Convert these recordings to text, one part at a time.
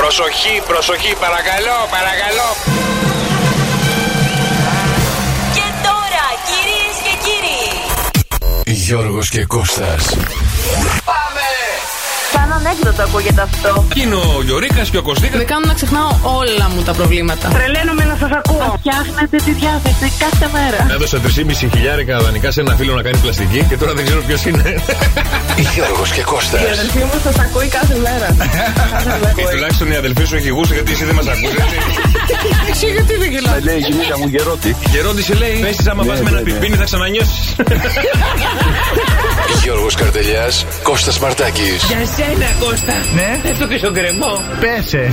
Προσοχή, προσοχή, παρακαλώ, παρακαλώ. Και τώρα, κυρίες και κύριοι, Γιώργος και Κώστας. Σαν ανέκδοτο ακούγεται αυτό. Είναι ο Γιωρίκας και ο Κωστίκα. Με κάνουν να ξεχνάω όλα μου τα προβλήματα. Τρελαίνομαι να σας ακούω. Φτιάχνετε τη διάθεση κάθε μέρα. Έδωσα 3,5 χιλιάρικα δανεικά σε ένα φίλο να κάνει πλαστική και τώρα δεν ξέρω ποιος είναι. Γιώργος και Κώστας. αδελφή μου σας ακούει κάθε μέρα. Ε, Τουλάχιστον η αδελφή σου έχει γούστο γιατί εσύ δεν μας ακούσει. Εσύ γιατί δεν γελάς. Λέει η γυναίκα μου γερότη. Ναι, Η ερώτηση λέει: Πέσει άμα πας με ένα πιπίνι θα ξανανιώσεις. Γιώργος Καρτελιάς, Κώστας Μαρτάκης. Για σένα, Κώστα. Ναι. Θα το και στον κρεμό. Πέσε.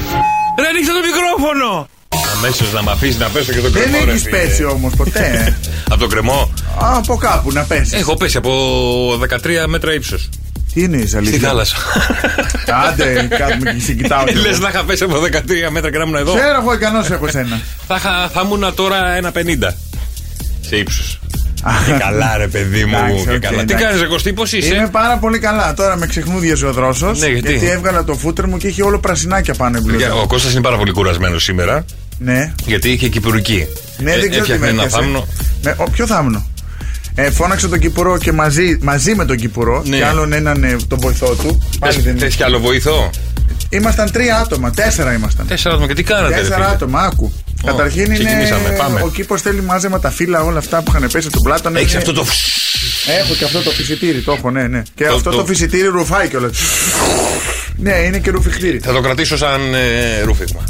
Ρε, ανοίξε το μικρόφωνο. Αμέσως να με αφήσεις να πέσω και τον κρεμό. Δεν ρε, έχεις φίλε. πέσει όμως ποτέ. Από τον κρεμό. Α, από κάπου να πέσεις. Έχω πέσει από 13 μέτρα ύψος. Τι είναι η Στη αλήθεια. θάλασσα. Άντε, κάτσε και σε κοιτάω. κι εγώ. Λε να είχα πέσει από 13 μέτρα και να ήμουν εδώ. Ξέρω εγώ ικανός έχω εσένα. Θα, είχα- θα ήμουν τώρα ένα 50 σε ύψος. Καλά, ρε παιδί μου. Εντάξει, και οκ, καλά. Τι εντάξει. κάνεις, Κωστή, πώς είσαι. Είμαι πάρα πολύ καλά. Τώρα με ξεχνούδιε ο δρόσο. Ναι, γιατί? Ε, έβγαλα το φούτερ μου και είχε όλο πρασινάκια πάνω η μπλούζα. Παιδιά, Ο Κώστας είναι πάρα πολύ κουρασμένος σήμερα Ναι, γιατί είχε κυπουρική. ναι, Ε, δεν ξέρω τι Έφτιαχνε με ένα έπιασε. θάμνο. Με, ο, ποιο θάμνο. Ε, φώναξε τον Κυπουρό και μαζί, μαζί με τον Κυπουρό Ναι. και άλλον έναν ε, τον βοηθό του. Πάλι δεν Θε είναι. κι άλλο βοηθό. Ήμασταν τρία άτομα, τέσσερα ήμασταν. Τέσσερα άτομα και τι κάνατε. ρε Τέσσερα φίλε? άτομα, άκου. Καταρχήν είναι. ξεκινήσαμε, πάμε. Ο κήπο θέλει μάζεμα τα φύλλα, όλα αυτά που είχαν πέσει από τον πλάτανο. Έχεις Είναι- αυτό το. Έχω και αυτό το φυσιτήρι, το έχω, ναι, ναι. Και Το- αυτό το- το, φυσιτήρι ρουφάει κιόλας. ναι, είναι και ρουφιχτήρι. Θα το κρατήσω σαν ε, ρούφιγμα.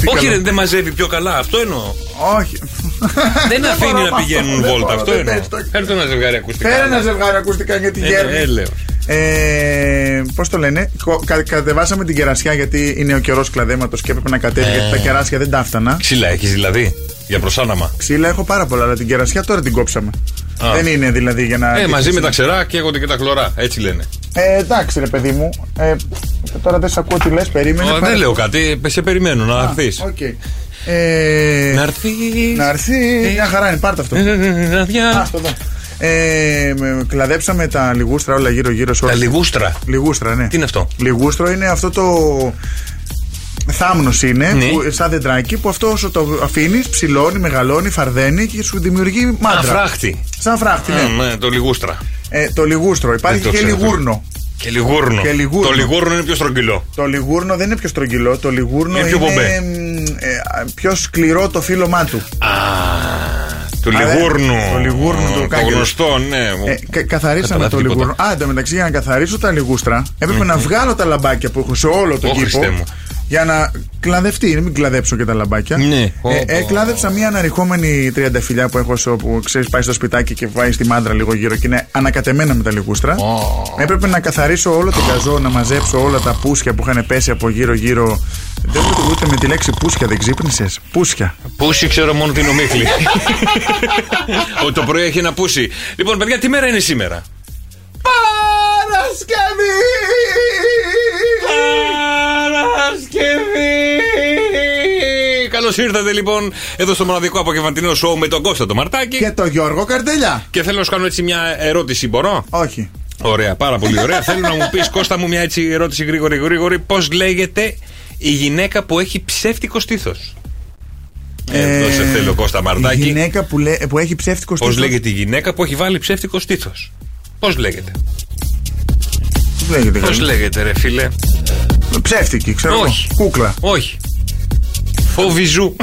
Τι Όχι, καλό. ρε, δεν μαζεύει πιο καλά. Αυτό εννοώ. Όχι. Δεν αφήνει μπορώ να με αυτό, πηγαίνουν δεν βόλτα. μπορώ, Αυτό δεν εννοώ. παίζει το- Φέρτε ένα ζευγάρι ακουστικά. Φέρε ένα ζευγάρι ακουστικά για τη Ε, γέρνη. ε, λέω. Ε, Πώς το λένε, κο- κα- κατεβάσαμε την κερασιά γιατί είναι ο καιρός κλαδέματος και έπρεπε να Ε. κατέβει γιατί τα κεράσια δεν τα έφτανα. Ξύλα έχεις δηλαδή. Για προσάναμα. Ξύλα έχω πάρα πολλά, αλλά την κερασιά τώρα την κόψαμε. Α. Δεν είναι δηλαδή για να. Ε, μαζί με τα ξερά καίγονται και τα χλωρά. Έτσι λένε. Ε, εντάξει, ρε παιδί μου. Ε, τώρα δεν σε ακούω τι λες, περίμενε. Ω, πάρε- Δεν λέω κάτι. ε, Σε περιμένω να έρθει. Οκ. Ε, Να Ε. έρθει. να έρθει. Μια χαρά είναι, πάρτε αυτό. Να Ας το δω. Ε, με- κλαδέψαμε τα λιγούστρα όλα γύρω-γύρω σε Τα όλα. λιγούστρα. Λιγούστρα, ναι. Τι είναι αυτό? Λιγούστρο είναι αυτό το. Θάμνος είναι, Ναι. που, σαν δεντράκι, που αυτό όσο το αφήνει, ψηλώνει, μεγαλώνει, φαρδένει και σου δημιουργεί Ένα μάντρα. φράχτη. Σαν φράχτη, ναι. Ε, ναι, Το λιγούστρα. Ε, το λιγούστρο. Υπάρχει το και ξέρω. λιγούρνο. Και λιγούρνο. Και λιγούρνο. Το λιγούρνο είναι πιο στρογγυλό. Το λιγούρνο δεν είναι πιο στρογγυλό. Το λιγούρνο Είναι είναι, πιο πομπέ. μ, ε, α, πιο σκληρό το φύλλωμά του. Α, του Α, ε, λιγούρνου. το λιγούρνου του Το κάγκελου. γνωστό, ναι. μου. Ε, κα- καθαρίσαμε Καταλάβει το τίποτα. λιγούρνο. Α, εν τω μεταξύ, για να καθαρίσω τα λιγούστρα, έπρεπε να βγάλω τα λαμπάκια που έχω σε όλο τον Ω, Χριστέ κήπο. μου. Για να κλαδευτεί, μην κλαδέψω και τα λαμπάκια. Ναι. Ε, Πω, ε, πω. κλάδεψα μια αναρριχόμενη τριανταφυλιά που έχω σε όπου ξέρεις, πάει στο σπιτάκι και βάζει τη μάντρα λίγο γύρω και είναι ανακατεμένα με τα λιγούστρα. Έπρεπε να καθαρίσω όλο τον καζό, να μαζέψω όλα τα πούσια που είχαν πέσει από γύρω-γύρω. Δεν μου ούτε με τη λέξη πούσια δεν ξύπνησες. Πούσια. Πούσι ξέρω μόνο την ομίχλη. Ότι το πρωί έχει ένα πούσι. Λοιπόν, παιδιά, τι μέρα είναι σήμερα. Παρασκευή! Παρασκευή! Καλώς ήρθατε λοιπόν εδώ στο μοναδικό απογευματινό σοου με τον Κώστα το Μαρτάκη. Και Και, το Γιώργο Καρτελιά. θέλω να σου κάνω έτσι μια ερώτηση, μπορώ. Όχι. Ωραία, πάρα πολύ ωραία. θέλω να μου πεις, Κώστα μου, μια έτσι ερώτηση γρήγορη, γρήγορη. Πώς λέγεται η γυναίκα που έχει ψεύτικο στήθος. Ε, Εδώ σε θέλω, Κώστα Ε, Η Μαρτάκη. γυναίκα που, λέ- που έχει ψεύτικο Πώς στήθος. λέγεται η γυναίκα που έχει βάλει ψεύτικο στήθος. Πώς λέγεται. Πώς λέγεται, Πώς καλή. λέγεται, ρε φίλε. Ψεύτικη, ξέρω εγώ. Όχι. Κούκλα. Όχι. Φοβιζού.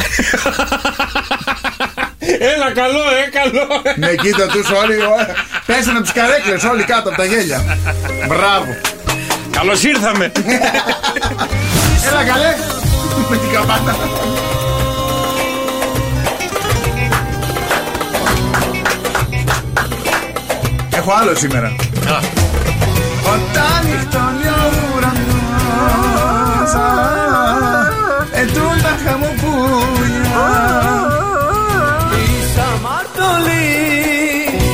Έλα, καλό, ε, καλό. ε. ναι, κοίτα τους όλοι. ω- Πέσανε τις καρέκλες όλοι κάτω από τα γέλια. Μπράβο. Καλώς ήρθαμε. Έλα καλέ. Με την καμπάνα. Έχω άλλο σήμερα. Όταν νυχτώνει ο ουρανός Ετούν ε, τα χαμοπούλια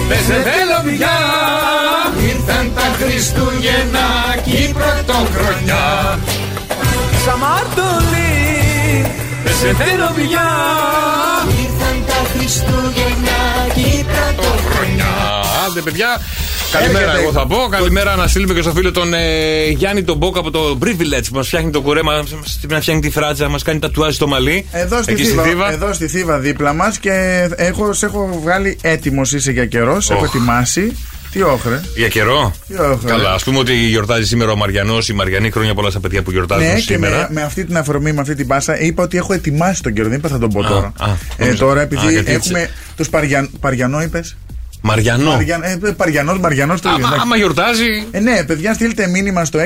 Δεν σε θέλω πια. Ήρθαν τα Χριστούγεννα και η πρωτοχρονιά Δεν σε θέλω πια. Ήρθαν τα Χριστούγεννα και η πρωτοχρονιά. Άντε, παιδιά. Καλημέρα, Έρχεται. εγώ θα πω. Καλημέρα να στείλουμε και στο φίλο τον ε, Γιάννη τον Μπόκα από το Privilege που μας φτιάχνει το κουρέμα, μα φτιάχνει τη φράτζα, μας κάνει τα τουάζ στο μαλί. Εδώ στη, Εκεί στη θήβα, Θήβα. εδώ στη Θήβα δίπλα μας και έχω, σε έχω βγάλει έτοιμος είσαι για καιρό. Σε έχω Οχ. ετοιμάσει. Τι όχρε. Για καιρό. Τι όχρε. Καλά, ας πούμε ότι γιορτάζει σήμερα ο Μαριανός, η Μαριανή χρόνια πολλά στα παιδιά που γιορτάζουν Ναι, και σήμερα. με, με αυτή την αφορμή, με αυτή την πάσα, είπα ότι έχω ετοιμάσει τον καιρό. Δεν είπα θα τον πω Α, τώρα. α, ε, νόμιζα. τώρα, Α, επειδή γιατί έτσι. έχουμε του Παριαν, Παριανό, είπε. Μαριανό. ε, Παριανός, Μαριανός, το ίδιο, Άμα, εντάξει. άμα γιορτάζει. Ε, ναι, παιδιά, στείλτε μήνυμα στο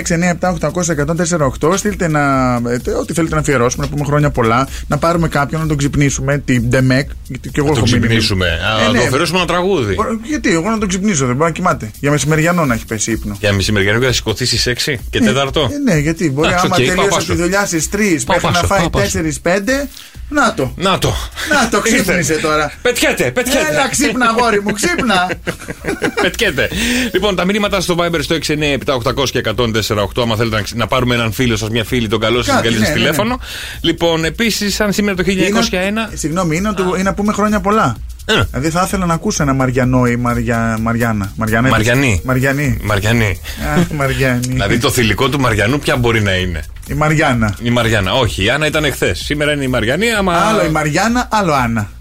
697-800-1048. Στείλτε να, ε, τε- ό,τι θέλετε να αφιερώσουμε, να πούμε χρόνια πολλά. Να πάρουμε κάποιον, να τον ξυπνήσουμε, την Ντεμεκ. γιατί Και εγώ Να τον έχω μείνει. ξυπνήσουμε. Ε, Να ναι. το αφαιρέσουμε ένα τραγούδι. Μπορώ- Γιατί, εγώ να τον ξυπνήσω, δεν μπορεί να κοιμάται. Για μεσημεριανό να έχει πέσει ύπνο. Για μεσημεριανό και θα σηκωθείς στις 6 και τέταρτο. Ε, ναι, γιατί μπορεί Εντάξει, άμα οκ, τελείωσε παπάσου. τη δουλειά στις 3 Παπάσου, μέχρι να φάει παπάσου. 4-5. Να το. Να το. Να το ξύπνησε Ήρθε. τώρα. Ε, Πετιέται, πετιέται. Έλα, ξύπνα, αγόρι μου, ξύπνα. Πετιέται. λοιπόν, τα μηνύματα στο Viber στο 697-800 και 148. Άμα θέλετε να ξυ- να πάρουμε έναν φίλο σας, μια φίλη, τον καλό σας, την Κάτι, καλή σας ναι, ναι, τηλέφωνο. Λοιπόν, επίσης, σαν σήμερα το 1901. Είναι- Συγγνώμη, είναι, να του- είναι να πούμε χρόνια πολλά. Ε. Δηλαδή θα ήθελα να ακούσω ένα Μαριανό ή Μαρια, Μαριάννα. Μαριανέ. Μαριανή. Μαριανή. Μαριανή. Αχ, Μαριανή. δηλαδή το θηλυκό του Μαριανού, ποια μπορεί να είναι. Η Μαριάννα. Η Μαριάννα. Όχι, η Άννα ήταν εχθές. Σήμερα είναι η Μαριανή, άμα. Άλλο η Μαριάννα, άλλο Άννα.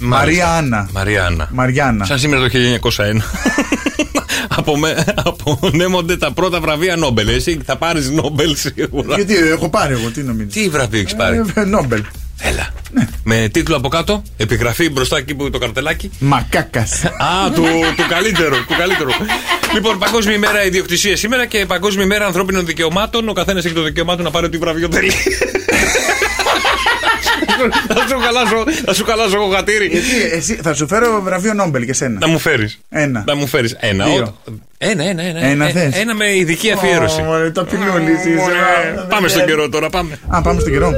Μάλιστα. Μαρία Άννα. Μαρία Άννα. Μαριάννα. Σαν σήμερα το 1901. από με, απονέμονται τα πρώτα βραβεία Νόμπελ. Εσύ θα πάρεις Νόμπελ σίγουρα. Γιατί ε, έχω πάρει εγώ, τι νομίζεις. Τι βραβείο έχεις πάρει. Ε, ναι. Νόμπελ. Έλα. Με τίτλο από κάτω, επιγραφή μπροστά εκεί που το καρτελάκι. Μακάκας. Α, του, του καλύτερου. Του καλύτερου. λοιπόν, Παγκόσμια ημέρα ιδιοκτησία σήμερα και Παγκόσμια ημέρα ανθρώπινων δικαιωμάτων. Ο καθένας έχει το δικαίωμά του να πάρει ό,τι βραβείο θέλει. θα, σου χαλάσω, θα σου χαλάσω εγώ χατήρι. Γιατί εσύ θα σου φέρω βραβείο Νόμπελ και Να σένα. μου φέρεις. Ένα. Να μου φέρεις. Ένα. Δύο. Ο- Ένα, ένα, ένα. Ένα Ε, θες. ένα με ειδική αφιέρωση. Ω, μωρέ, τα πιλούλης είσαι, Ωραία. μα, δεν Πάμε στον πειράζει. καιρό τώρα, πάμε. Α, πάμε στον καιρό.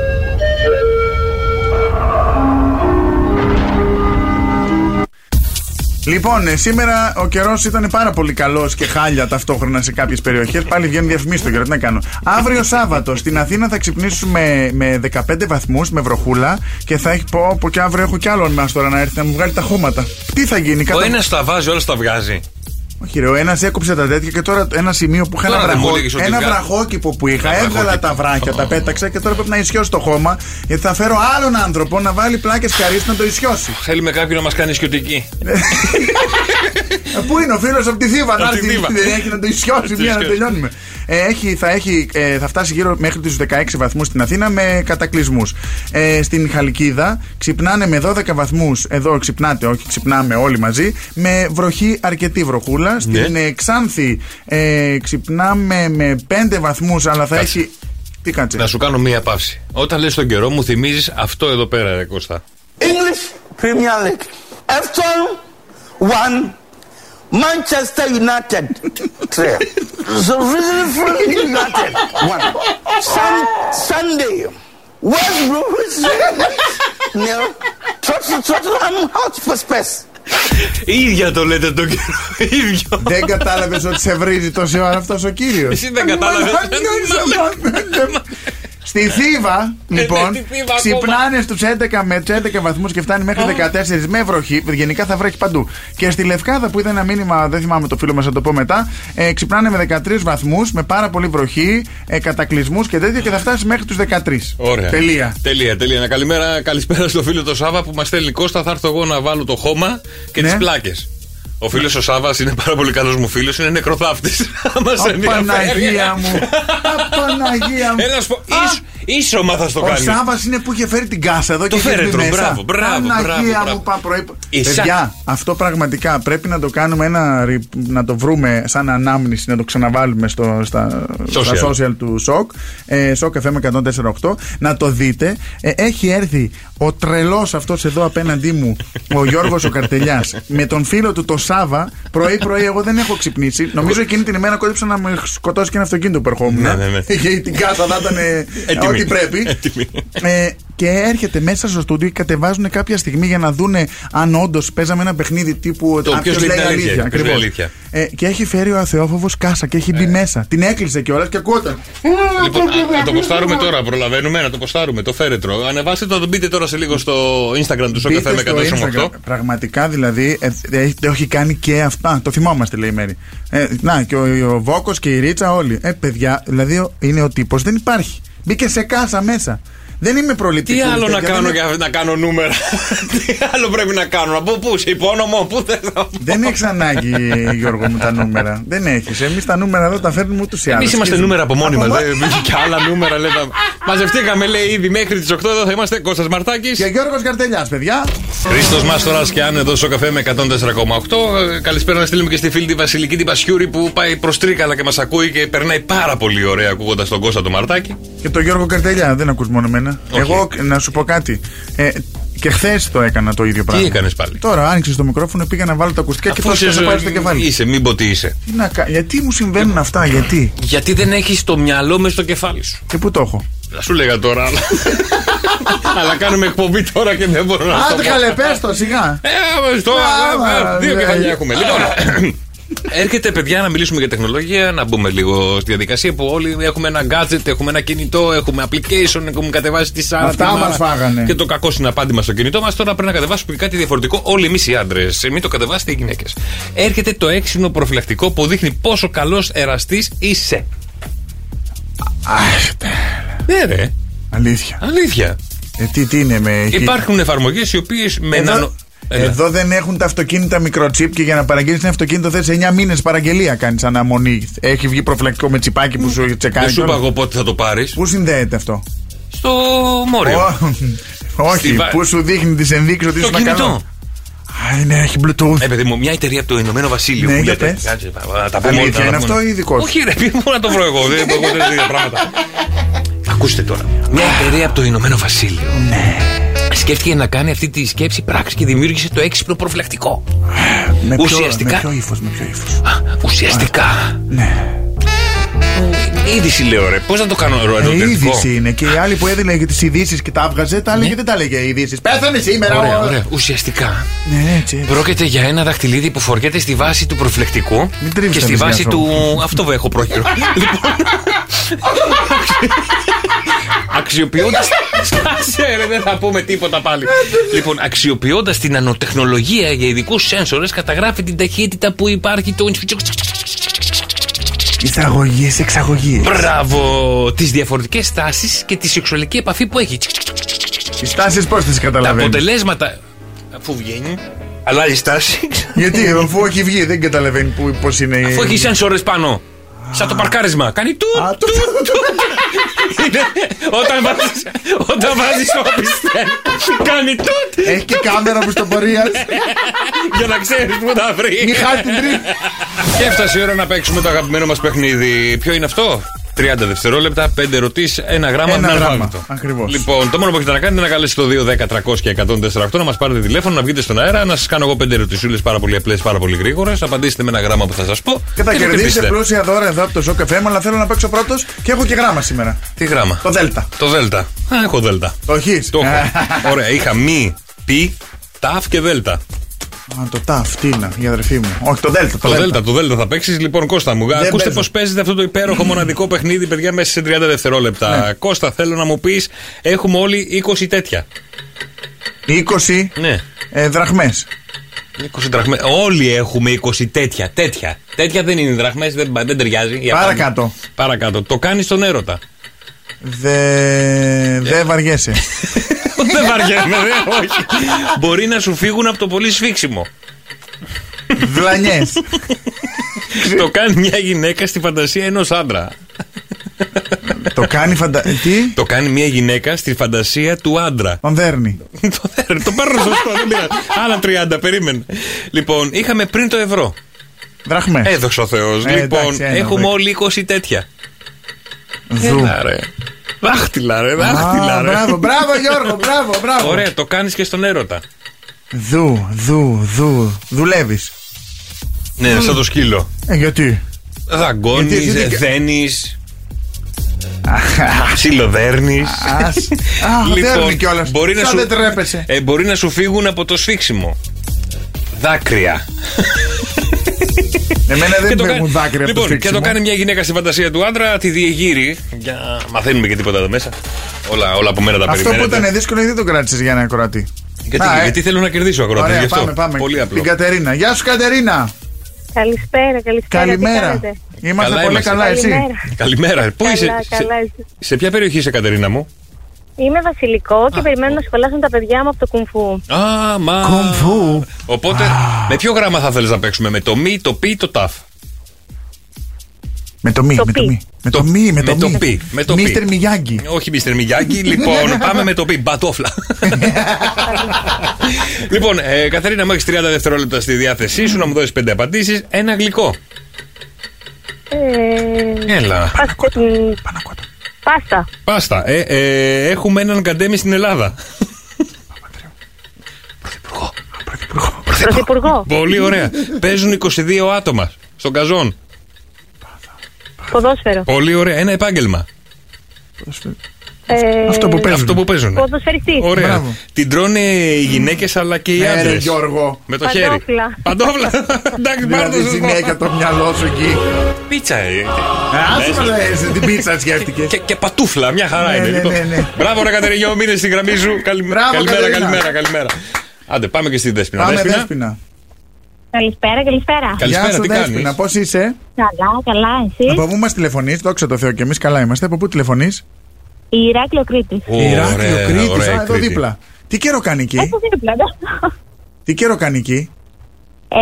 Λοιπόν, ε, σήμερα ο καιρός ήταν πάρα πολύ καλός και χάλια ταυτόχρονα σε κάποιες περιοχές. Πάλι βγαίνουν διαφημίσεις στον καιρό, τι να κάνω. Αύριο Σάββατο στην Αθήνα θα ξυπνήσουμε με 15 βαθμούς, με βροχούλα και θα έχει πω πω και αύριο έχω κι άλλον μας τώρα να έρθει να μου βγάλει τα χώματα. Τι θα γίνει, Ο κατά. ένας τα βάζει, ο άλλος τα βγάζει. Όχι, ρε, ο ένας έκοψε τα τέτοια και τώρα ένα σημείο που είχα Τώρα ένα, δεν μου βραχό... έλεγες ότι ένα βγάζει. βραχόκηπο που είχα. Ένα Έβγαλα βραχόκηπο. τα βράχια, τα πέταξα και τώρα πρέπει να ισιώσει το χώμα. Γιατί θα φέρω άλλον άνθρωπο να βάλει πλάκες καρύς να το ισιώσει. Θέλουμε κάποιον να μας κάνει σκιωτική. Ε, Πού είναι ο φίλος από τη Θήβα, να Απ' τη έρθει Θήβα. δεν έχει να το ισιώσει, το μια να ισιώσει. τελειώνουμε. Ε, έχει, θα, έχει, ε, θα φτάσει γύρω μέχρι του 16 βαθμούς στην Αθήνα με κατακλυσμούς. Ε, στην Χαλκίδα ξυπνάνε με 12 βαθμούς, εδώ ξυπνάτε, όχι, ξυπνάμε όλοι μαζί, με βροχή αρκετή βροχούλα. Στην Ναι. ε, Ξάνθη ε, ξυπνάμε με 5 βαθμούς, αλλά θα Κάτσε. έχει. Τι κάτσε. Να σου κάνω μία παύση. Όταν λες τον καιρό μου θυμίζεις αυτό εδώ πέρα, ρε Κώστα. English Premier League. Everton 1, Manchester United 3. Sheffield United 1. Sun- Sunday, West Bromwich nil. Tot- Tottenham Hotspur Spurs. Ίδια το λέτε τον καιρό. Ίδιο. Δεν κατάλαβες ότι σε βρίζει τόση ώρα αυτός ο κύριος. Εσύ δεν κατάλαβες. Στη Θήβα, λοιπόν, στη Ε, ναι, Θήβα ξυπνάνε στους 11 με τους 11 βαθμούς και φτάνει μέχρι 14 με βροχή. Γενικά θα βρέχει παντού. Και στη Λευκάδα που είδα ένα μήνυμα, δεν θυμάμαι το φίλο μας, θα το πω μετά, ε, ξυπνάνε με 13 βαθμούς, με πάρα πολύ βροχή, ε, κατακλυσμούς και τέτοια και θα φτάσει μέχρι τους 13. Ωραία. Τελεία. Τελεία, τελεία. Να καλημέρα, καλησπέρα στο φίλο το Σάβα που μας στέλνει Κώστα. Θα έρθω εγώ να βάλω το χώμα και Ναι. τις τι πλάκες. Ο φίλος ο Σάβας είναι πάρα πολύ καλός μου φίλος, είναι νεκροθάφτης. Μα Ω, Παναγία μου. Ω, Παναγία μου. Έλα να σου πω, Α, ίσ- ίσωμα θα στο Ο κάνεις. Σάβα είναι που είχε φέρει την κάσα εδώ Το και είχε φέρετρο, μπει μέσα. μπράβο, μπράβο, Παναγία μπράβο, Ε, μου, μπράβο. πα, πρωί- Η Σα- Παιδιά, αυτό πραγματικά πρέπει να το κάνουμε ένα, ρι- να το βρούμε σαν ανάμνηση, να το ξαναβάλουμε στο, στα, Social. στα social του ΣΟΚ. Ε, ΣΟΚ FM 104.8. Να το δείτε. Ε, έχει έρθει ο τρελός αυτός εδώ απέναντί μου, ο Γιώργος ο Καρτελιάς, με τον φίλο του το Σάβα. Πρωί-πρωί, εγώ δεν έχω ξυπνήσει. Νομίζω εκείνη την ημέρα κόντεψα να με σκοτώσει και ένα αυτοκίνητο που ερχόμουν. Ναι, ναι, ναι. Και την κάσα θα ήταν ε, Έτοιμη. ό,τι πρέπει. Ε, και έρχεται μέσα στο στούντιο και κατεβάζουν κάποια στιγμή για να δούνε αν όντως παίζαμε ένα παιχνίδι τύπου. Το αν ποιος ποιος λέει την αλήθεια, ποιος λέει ακριβώς. αλήθεια. Ε. Ε, και έχει φέρει ο αθεόφοβος κάσα και έχει μπει μέσα. Την έκλεισε κιόλας και ακούγονταν. Λοιπόν, α- να το ποστάρουμε τώρα, προλαβαίνουμε να το ποστάρουμε το φέρετρο. Ανεβάστε το, τον πείτε τώρα σε λίγο στο Instagram του Μπείτε Σοκαφέ με στο 108. Instagram. Πραγματικά δηλαδή ε, ε, το έχει κάνει και αυτά. Το θυμόμαστε, λέει η Μέρη. Ε, να, και ο, ο Βόκος και η Ρίτσα, όλοι. Ε, παιδιά, δηλαδή ο- είναι ο τύπος δεν υπάρχει. Μπήκε σε κάσα μέσα. Δεν είμαι Τι προληπτικό. άλλο να κάνω, για, να κάνω νούμερα. Τι άλλο πρέπει να κάνω, να πω πού, σε υπόνομο, πού θες να πω. Δεν έχεις ανάγκη, Γιώργο μου, τα νούμερα. Δεν έχεις. Εμείς τα νούμερα εδώ τα φέρνουμε ούτως ή άλλω. Εμεί είμαστε νούμερα από μόνοι μα. μόνοι. Και άλλα νούμερα λέει. τα- Μαζευτήκαμε λέει ήδη μέχρι τις 8 εδώ θα είμαστε. Κώστας Μαρτάκης. Και Γιώργος Καρτελιά, παιδιά. Χρήστος Μάστορας και αν εδώ στο καφέ με 104,8. Ε, Καλησπέρα να στείλουμε και στη φίλη τη Βασιλική την Πασιούρη που πάει προς Τρίκαλα και μας ακούει και περνάει πάρα πολύ ωραία ακούγοντας τον Κώστα το Μαρτάκη. Και τον Γιώργο Καρτελιά, δεν ακούς μόνο εμένα. Όχι. Εγώ να σου πω κάτι. Ε, και χθες το έκανα το ίδιο πράγμα. έκανες πάλι? Τώρα άνοιξες το μικρόφωνο, πήγα να βάλω τα ακουστικά και Αφού τώρα είσαι, σε πάρεις στο ε, κεφάλι. Είσαι, μην πω τι είσαι. Τι να κα- Γιατί μου συμβαίνουν αυτά, γιατί Γιατί δεν έχεις το μυαλό μες στο κεφάλι σου. και πού το έχω. Θα σου λέγα τώρα, αλλά. αλλά κάνουμε εκπομπή τώρα και δεν μπορώ να Άντε το πω. καλέ, πες το σιγά. Ε, άμα στο- Ναι, Άμα, ναι. Ε, α, α, Δύο δε. κεφαλιά έχουμε. Λοιπόν, έρχεται παιδιά να μιλήσουμε για τεχνολογία, να μπούμε λίγο στη διαδικασία που όλοι έχουμε ένα gadget, έχουμε ένα κινητό, έχουμε application, έχουμε κατεβάσει τη σάρα. Αυτά τη μας μάρα. φάγανε. Και το κακό συναπάντημα στο κινητό μας τώρα πρέπει να κατεβάσουμε και κάτι διαφορετικό. Όλοι εμείς οι άντρες, μην το κατεβάσετε οι γυναίκες. Έρχεται το έξινο προφυλακτικό που δείχνει πόσο καλός εραστής είσαι. Ναι, ρε. Αλήθεια. Αλήθεια. Ε, τι, τι είναι με. έχει- Υπάρχουν εφαρμογές οι οποίες με Εδώ, νανο- Έλα. εδώ δεν έχουν τα αυτοκίνητα μικροτσίπ και για να παραγγείλεις ένα αυτοκίνητο θες 9 μήνες παραγγελία κάνεις αναμονή. Έχει βγει προφυλακτικό με τσιπάκι που σου Δεν τσεκάρει. σου είπα κιόλας. εγώ πότε θα το πάρεις. Πού συνδέεται αυτό. Στο Μόριο. Ω, Όχι, Στη βα- που σου δείχνει τις ενδείξεις ότι Στο ήσουν καλό. κινητό. Α, είναι, έχει Bluetooth. Ε, παιδί μου, μια εταιρεία από το Ηνωμένο Βασίλειο. Ναι, που για λέτε, πες. κάτσε, να τα πούμε όλα, Αλήθεια, να είναι τα πούμε. αυτό ή δικός σου. Όχι, ρε, πει μου να το βρω εγώ. Δεν μπορώ να τέτοια πράγματα. Ακούστε τώρα. Μια εταιρεία από το Ηνωμένο Βασίλειο. Ναι. Σκέφτηκε να κάνει αυτή τη σκέψη πράξη και δημιούργησε το έξυπνο προφυλακτικό. Με ποιο- ουσιαστικά- Με ποιο ύφος, με ποιο ύφος. Α, Ουσιαστικά. Ε, Ναι. Είδηση λέω ρε. Πώς να το κάνω ρε. Ε, το τερτικό. είδηση είναι και οι άλλοι που έδινε τις ειδήσεις και τα έβγαζε, τα έλεγε δεν τα έλεγε ειδήσεις. Πέθανε σήμερα, Ναι. Ωραία, ο- ωραία. Ουσιαστικά. Ναι, έτσι. έτσι. Πρόκειται για ένα δαχτυλίδι που φοριέται στη βάση του προφυλεκτικού Μην τρίβεις και τα στη μυζιά βάση σου. του. Αυτό βέβαια έχω πρόχειρο. λοιπόν. Αξιοποιώντας. Σκάσε, ρε, δεν θα πούμε τίποτα Ε, πάλι. λοιπόν, αξιοποιώντας την ανοτεχνολογία για ειδικούς σένσορες, καταγράφει την ταχύτητα που υπάρχει το. Εισαγωγή, εξαγωγή. Μπράβο! Τις διαφορετικές τάσει και τη σεξουαλική επαφή που έχει. Οι στάσεις πώς τις Τα καταλαβαίνεις. αποτελέσματα. Αφού βγαίνει. Αλλάζει στάση. Γιατί αφού έχει βγει δεν καταλαβαίνει πώς είναι. Αφού έχει σένσορες πάνω. Σαν το παρκάρισμα. Κάνει του. Α, το- Είναι- όταν βάζεις, όταν βάζεις το πιστέ, κάνει τούτ Έχει και κάμερα που στο πορεία. Ναι. για να ξέρεις που θα Μη βρει. χάσεις την τρίτη. και έφτασε η ώρα να παίξουμε το αγαπημένο μας παιχνίδι. Ποιο είναι αυτό? 30 δευτερόλεπτα, 5 ερωτήσεις, ένα γράμμα, Ένα ένα γράμμα, αλφάβητο. ακριβώς. Λοιπόν, το μόνο που έχετε να κάνετε είναι να καλέσετε το 2, 10, 300 και 148 να μας πάρετε τηλέφωνο, να βγείτε στον αέρα, να σας κάνω εγώ 5 ερωτησούλες πάρα πολύ απλές, πάρα πολύ γρήγορες. Απαντήστε με ένα γράμμα που θα σας πω. Και θα το κερδίσετε χτυπήσετε. πλούσια δώρα εδώ από το Shock FM, αλλά θέλω να παίξω πρώτος και έχω και γράμμα σήμερα. Τι γράμμα. Το Δέλτα. Το Δέλτα. Α, έχω Δέλτα. Το έχεις? Ε, Το έχω. Ωραία, είχα μη, πι, ταφ και Δέλτα. Α, το ταφ, τι είναι, η αδερφή μου. Όχι, το Δέλτα. Το Δέλτα, το Δέλτα θα παίξεις. Λοιπόν, Κώστα μου, ακούστε παίζω. πώς παίζεται αυτό το υπέροχο μοναδικό παιχνίδι, παιδιά, μέσα σε 30 δευτερόλεπτα. Ναι. Κώστα, θέλω να μου πεις, έχουμε όλοι 20 τέτοια. 20 Ναι. ε, δραχμές. 20 δραχμές. Όλοι έχουμε 20 τέτοια. Τέτοια. Τέτοια δεν είναι δραχμές, δεν, δεν ταιριάζει. Για Παρακάτω. πάμε. Παρακάτω. Το κάνεις στον έρωτα. Δε, Ε. δε βαριέσαι. δεν βαριέμαι, δε, όχι. Μπορεί να σου φύγουν από το πολύ σφίξιμο. Βλανιές. το κάνει μια γυναίκα στη φαντασία ενός άντρα. το κάνει φαντα. Ε, Τι? Το κάνει μια γυναίκα στη φαντασία του άντρα. Τον δέρνει. το, δέρ- το παίρνω σωστό, δεν πειράζει. Άλλα 30, περίμενε. Λοιπόν, είχαμε πριν το ευρώ. Δραχμές. Έδωσε ο Θεός. Ε, λοιπόν, εντάξει, ένα, έχουμε δέκα. όλοι 20 τέτοια. Δου. Έλα, ρε. Δάχτυλα, ρε, δάχτυλα, Α, ρε. Μπράβο, μπράβο, Γιώργο, μπράβο, μπράβο. Ωραία, το κάνεις και στον έρωτα. Δου, δου, δου. Δουλεύεις. Ναι, σαν το σκύλο. Ε, γιατί. Δαγκώνεις, Γιατί εσύ τι- δένει. Ψιλοδέρνη. Ας. Ας, δέρνει κιόλας. Λοιπόν, μπορεί να Σαν σου, δεν τρέπεσαι. ε, μπορεί να σου φύγουν από το σφίξιμο. Δάκρυα. Εμένα δεν το μου κάνει- έχουν δάκρυα από το Λοιπόν, και το σφίξιμο. κάνει μια γυναίκα στη φαντασία του άντρα, τη διεγείρει. Για να μαθαίνουμε και τίποτα εδώ μέσα. Όλα, όλα από μένα τα Αυτό που περιμένετε. ήταν δύσκολο δεν το κράτησες για ένα ακροατή. Γιατί, Α, ε. γιατί θέλω να κερδίσω ακροατή. Ωραία, πάμε, πάμε. Πολύ απλό. Την Κατερίνα. Γεια σου, Κατερίνα. Καλησπέρα, καλησπέρα. τι Καλημέρα. κάνετε? Είμαστε Καλά πολύ είμαστε. καλά, εσύ. Καλημέρα. Καλημέρα. Πού Καλά, είσαι, καλά, σε, εσύ. σε ποια περιοχή είσαι, Κατερίνα μου. Είμαι βασιλικό και περιμένω να σχολάσουν τα παιδιά μου από το κουμφού. Α, μα. Κουμφού. Οπότε, με ποιο γράμμα θα θέλεις να παίξουμε, με το μη, το πι, το ταφ. Με το μη, Το με το πι. μη. Με το μη, με με το το μη. πι, με το πι. Μίστερ Μιγιάγκη. Όχι, Mr. Μιγιάκη. λοιπόν, πάμε με το πει. Μπατόφλα. λοιπόν, ε, Καθαρίνα, μου έχεις 30 δευτερόλεπτα στη διάθεσή σου να μου δώσεις 5 απαντήσεις. Ένα γλυκό. Ε, Έλα. πας- μ, Πανακότα. Πάστα. Πάστα. Ε, ε, έχουμε έναν καντέμι στην Ελλάδα. Πρωθυπουργό. Πρωθυπουργό. Πολύ ωραία. Παίζουν 22 άτομα στον καζόν. Ποδόσφαιρο. Πολύ ωραία. Ένα επάγγελμα. Ε, Αυτό που παίζουν. Αυτό που παίζουν. Ποδοσφαιριστής. Ωραία. Μπράβο. Την τρώνε οι γυναίκες αλλά και οι Ε, ρε άντρες. Γιώργο. Με το χέρι. Παντόφλα. Παντόφλα. Εντάξει, πάρ' Δηλαδή το γυναίκα το μυαλό σου εκεί. Πίτσα, ε. Άσε με λες, την πίτσα σκέφτηκες. Και, και πατούφλα, μια χαρά Ναι, είναι. ναι, λοιπόν. ναι, ναι. Μπράβο, ρε Κατερινιό, μείνε στη γραμμή σου. Καλη- Μπράβο, καλημέρα, Κατερίνα. καλημέρα, καλημέρα. Άντε, πάμε και στην Δέσποινα. Πάμε Δέσποινα, δέσποινα. Καλησπέρα, καλησπέρα. Γεια Καλησπέρα, σου τι δέσποινα, κάνει. πώς είσαι. Καλά, καλά, εσύ. Από πού μας τηλεφωνείς, δόξα τω Θεώ και εμείς καλά είμαστε. Από πού τηλεφωνείς. Η Ηράκλειο Κρήτη. Ηράκλειο, Κρήτης, α, εδώ δίπλα. Τι καιρό κάνει εκεί, Έχω δίπλα. ναι. τι καιρό κάνει εκεί. Ε,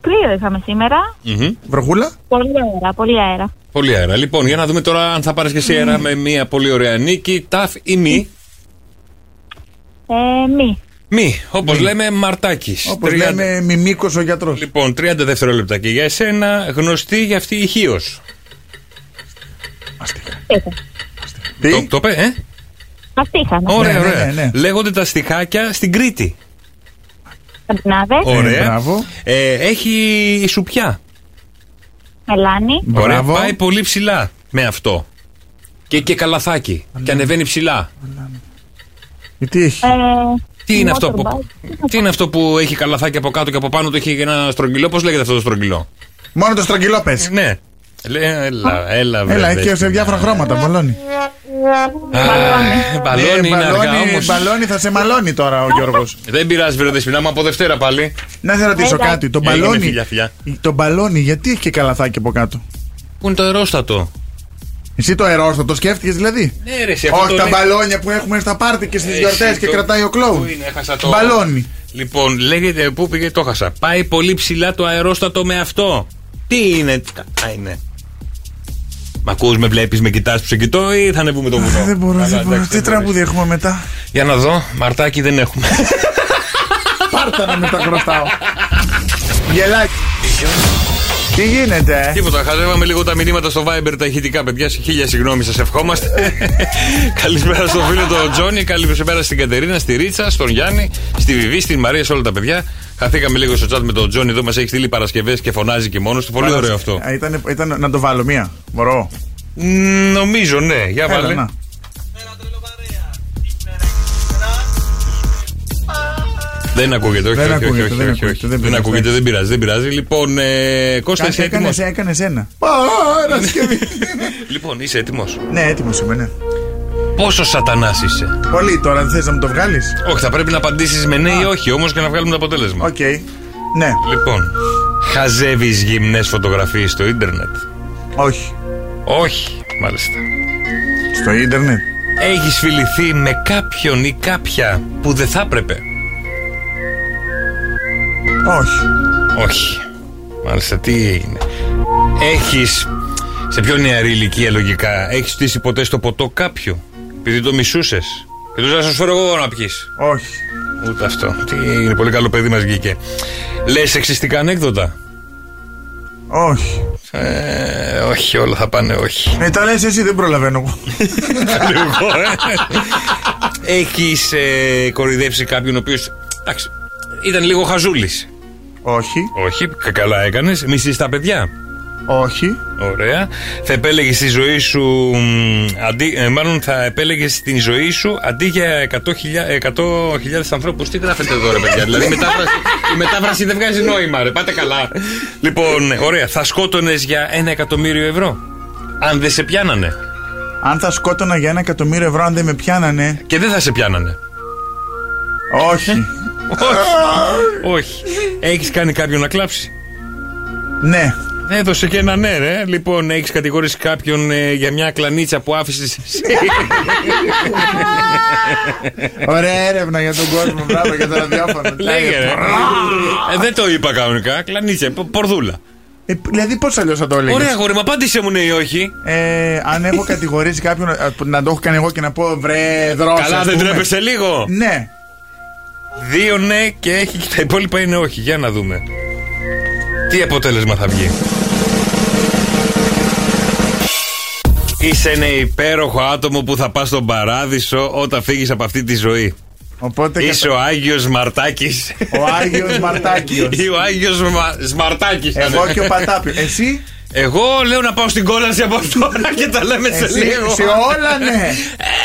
κρύο είχαμε σήμερα. Βροχούλα. Πολύ αέρα, πολύ αέρα. Πολύ αέρα. Λοιπόν, για να δούμε τώρα αν θα πάρεις και εσύ αέρα με μια πολύ ωραία νίκη. Ταφ ή μη. Ε, μη. Μη, όπως λέμε, μαρτάκι. Όπως λέμε μιμίκος ο γιατρός. Λοιπόν, 30 δευτερόλεπτα και για εσένα. Γνωστή για αυτή η Χίος. Είχα. Το, Τι, Λοιπόν, το πε, ε. Αυτή είχαμε. Ωραία, ναι, ωραία. ναι, ναι. Λέγονται τα στιχάκια στην Κρήτη. Καμπινάδες, Ωραία. μπράβο. Ε, έχει η σουπιά. μελάνι, Ωραία, Μπράβο. πάει πολύ ψηλά με αυτό. Και, και καλαθάκι. Ναι. Και ανεβαίνει ψηλά. τι έχει. ε, Τι είναι, αυτό motorbike. που, τι είναι αυτό που έχει καλαθάκι από κάτω και από πάνω του έχει ένα στρογγυλό. Πώς λέγεται αυτό το στρογγυλό. Μόνο το στρογγυλό πες. Ναι. Λέ, έλα, έλα, Έλα, βέβαια. έχει και σε διάφορα χρώματα, μπαλόνι. Α, Μπαλόνι Ε, είναι αργά όμως. μπαλόνι θα σε μαλώνει τώρα ο Γιώργος. Δεν πειράζει, βρε Δεσποινά μου, από Δευτέρα πάλι. Να σε ρωτήσω Έλα. κάτι. Το Έγινε, μπαλόνι, φιλιά, φιλιά. το μπαλόνι, γιατί έχει και καλαθάκι από κάτω. Πού είναι το ερόστατο. Εσύ το αερόστο το σκέφτηκες δηλαδή. Ναι, ρε, σε αυτό Όχι το τα είναι- μπαλόνια που έχουμε στα πάρτι και στις Εσύ γιορτές και το- κρατάει ο Πού κλόουν. είναι, έχασα το. Μπαλόνι. Λοιπόν, λέγεται, πού πήγε, το χάσα. Πάει πολύ ψηλά το αερόστατο με αυτό. Τι είναι, τι καλά είναι. Μ' ακούς, με βλέπεις, με κοιτάς που σε κοιτώ ή θα ανεβούμε το βουνό. Ε, Δεν μπορώ, Καλά, δεν μπορώ. εντάξει, Τι δεν μπορείς. τραγούδι έχουμε μετά. Για να δω, μαρτάκι δεν έχουμε. Πάρτα να με τα χρωστάω. Γελάκι. Τι γίνεται, ε. Τίποτα, χαζεύαμε λίγο τα μηνύματα στο Viber τα ηχητικά, παιδιά. Σε Χίλια συγγνώμη, σας ευχόμαστε. Καλησπέρα στον φίλο τον Τζόνι, καλησπέρα στην Κατερίνα, στη Ρίτσα, στον Γιάννη, στη Βιβί, στην Μαρία, σε όλα τα παιδιά. Χαθήκαμε λίγο στο chat με τον Τζόνι εδώ, μας έχει στείλει Παρασκευές και φωνάζει και μόνος του. Πολύ ωραίο αυτό. Α, Ήταν, ήταν να το βάλω μία. Μπορώ. Μ, Νομίζω, ναι. Για Έλα, βάλε. να. Δεν ακούγεται, όχι, Δεν όχι, όχι, ακούγεται, όχι, δεν όχι, όχι. ακούγεται, Δεν δεν πειράζει, ακούγεται, εντάξει. δεν πειράζει, δεν πειράζει. Λοιπόν, ε, Κώστα, είσαι έτοιμος. Έκανες έκανες ένα. Πα, ένα σκεύη. Λοιπόν, είσαι έτοιμος. Ναι, έτοιμος είμαι, ναι. Πόσο σατανάς είσαι. Πολύ τώρα, δεν θες να μου το βγάλεις. Όχι, θα πρέπει να απαντήσεις με ναι ή όχι, όμως και να βγάλουμε το αποτέλεσμα. Οκ. Ναι, Λοιπόν, χαζεύεις γυμνές φωτογραφίες στο ίντερνετ. όχι. Όχι, μάλιστα. Στο ίντερνετ. Έχεις φιληθεί με κάποιον ή κάποια που δεν θα έπρεπε. Όχι. Όχι. Μάλιστα, τι έγινε. Έχεις. Σε πιο νεαρή ηλικία, λογικά, έχεις στήσει ποτέ στο ποτό κάποιο. Επειδή το μισούσες. Και τους να σου φέρω εγώ να πιεις. Όχι. Ούτε αυτό. Τι είναι πολύ καλό παιδί μας βγήκε. Λες σεξιστικά ανέκδοτα. Όχι. Ε, όχι, όλα θα πάνε όχι. Ε, τα λες εσύ, δεν προλαβαίνω εγώ. Έχει ε, κοροϊδέψει κάποιον ο οποίος. Εντάξει, ήταν λίγο χαζούλης. Όχι. Όχι, κα- καλά έκανες. Μισείς τα παιδιά. Όχι. Ωραία. Θα επέλεγες τη ζωή σου. μ, Αντί, ε, μάλλον θα επέλεγες την ζωή σου αντί για 100.000 100.000 ανθρώπους. Τι γράφετε εδώ, ρε παιδιά. δηλαδή η μετάφραση, η μετάφραση δεν βγάζει νόημα, ρε. Πάτε καλά. λοιπόν, ναι, ωραία. Θα σκότωνες για ένα εκατομμύριο ευρώ. Αν δεν σε πιάνανε. Αν θα σκότωνα για ένα εκατομμύριο ευρώ, αν δεν με πιάνανε. Και δεν θα σε πιάνανε. Όχι. Όχι. Έχεις κάνει κάποιον να κλάψει. Ναι. Έδωσε και ένα ναι, ρε. Λοιπόν, έχεις κατηγορήσει κάποιον ε, για μια κλανίτσα που άφησες. Ωραία έρευνα για τον κόσμο. Μπράβο για το ραδιόφωνο. Λέγε, ρε. Ε, δεν το είπα κανονικά. Κλανίτσα, πο- πορδούλα. Ε, δηλαδή, πώς αλλιώς θα το έλεγες. Ωραία, γόρι, μου, απάντησε μου ναι ή όχι. Ε, αν έχω κατηγορήσει κάποιον ε, που να το έχω κάνει εγώ και να πω βρε δρόσα. Καλά, ας δεν πούμε. τρέπεσαι λίγο. Ναι. Δύο ναι και έχει και τα υπόλοιπα είναι όχι. Για να δούμε. Τι αποτέλεσμα θα βγει. Είσαι ένα υπέροχο άτομο που θα πας στον παράδεισο όταν φύγεις από αυτή τη ζωή. Οπότε Είσαι ο Άγιος Μαρτάκης. Ο Άγιος Μαρτάκιος. Ή ο Άγιος Μα... Σμαρτάκης. Εγώ και ο Ναι. Πατάπιο. Εσύ. Εγώ λέω να πάω στην κόλαση από τώρα και τα λέμε σε Εσύ, λίγο. σε ε. όλα ναι.